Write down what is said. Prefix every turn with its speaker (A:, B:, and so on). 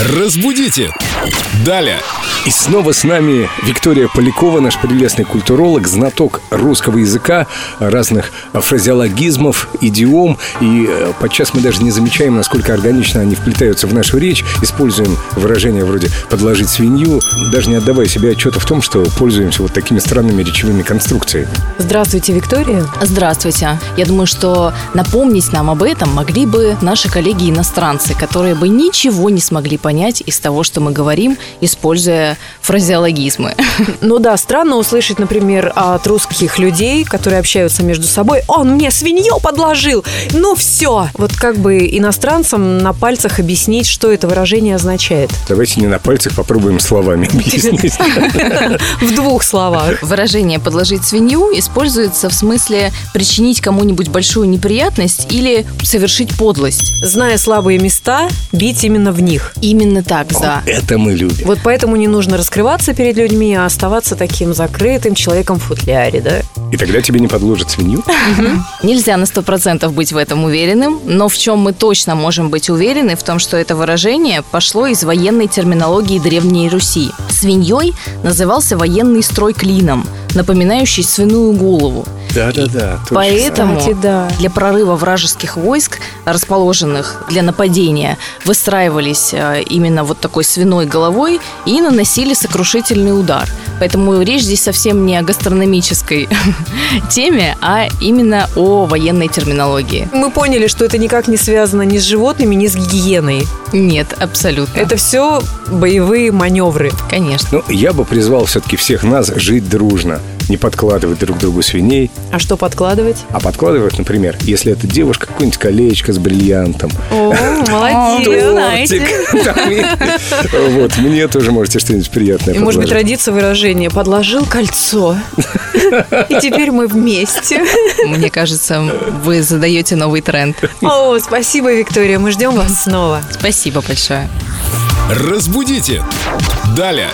A: Разбудите! Далее!
B: И снова с нами Виктория Полякова, наш прелестный культуролог, знаток русского языка, разных фразеологизмов, идиом. И э, подчас мы даже не замечаем, насколько органично они вплетаются в нашу речь. Используем выражения вроде «подложить свинью», даже не отдавая себе отчета в том, что пользуемся вот такими странными речевыми конструкциями.
C: Здравствуйте, Виктория.
D: Здравствуйте. Я думаю, что напомнить нам об этом могли бы наши коллеги-иностранцы, которые бы ничего не смогли понять из того, что мы говорим, используя фразеологизмы.
C: Ну да, странно услышать, например, от русских людей, которые общаются между собой, он мне свинью подложил, ну все. Вот как бы иностранцам на пальцах объяснить, что это выражение означает.
B: Давайте не на пальцах попробуем словами объяснить.
C: В двух словах.
D: Выражение «подложить свинью» используется в смысле причинить кому-нибудь большую неприятность или совершить подлость.
C: Зная слабые места, бить именно в них.
D: Именно так, да.
B: Это мы любим.
C: Вот поэтому не нужно раскрываться перед людьми, а оставаться таким закрытым человеком в футляре, да?
B: И тогда тебе не подложат свинью?
D: Нельзя на 100% быть в этом уверенным, но в чем мы точно можем быть уверены, в том, что это выражение пошло из военной терминологии Древней Руси. Свиньей назывался военный строй клином, напоминающий свиную голову.
B: Да-да-да. точно.
D: Поэтому
C: Кстати, да.
D: для прорыва вражеских войск, расположенных для нападения, выстраивались э, именно вот такой свиной головой и наносили сокрушительный удар. Поэтому речь здесь совсем не о гастрономической теме, а именно о военной терминологии.
C: Мы поняли, что это никак не связано ни с животными, ни с гигиеной.
D: Нет, абсолютно.
C: Это все боевые маневры.
D: конечно.
B: Ну, я бы призвал все-таки всех нас жить дружно, не подкладывать друг другу свиней,
C: А что подкладывать?
B: а подкладывать, например, если это девушка, какое-нибудь колечко с бриллиантом.
C: О,
D: Вы
C: молодец.
D: знаете.
B: Тортик. Там и- Вот, мне тоже можете что-нибудь приятное
C: И, может быть,
B: подложить.
C: родится выражение «подложил кольцо». И теперь мы вместе.
D: Мне кажется, вы задаете новый тренд.
C: О, спасибо, Виктория. Мы ждем вас снова.
D: Спасибо большое.
A: Разбудите! Далее!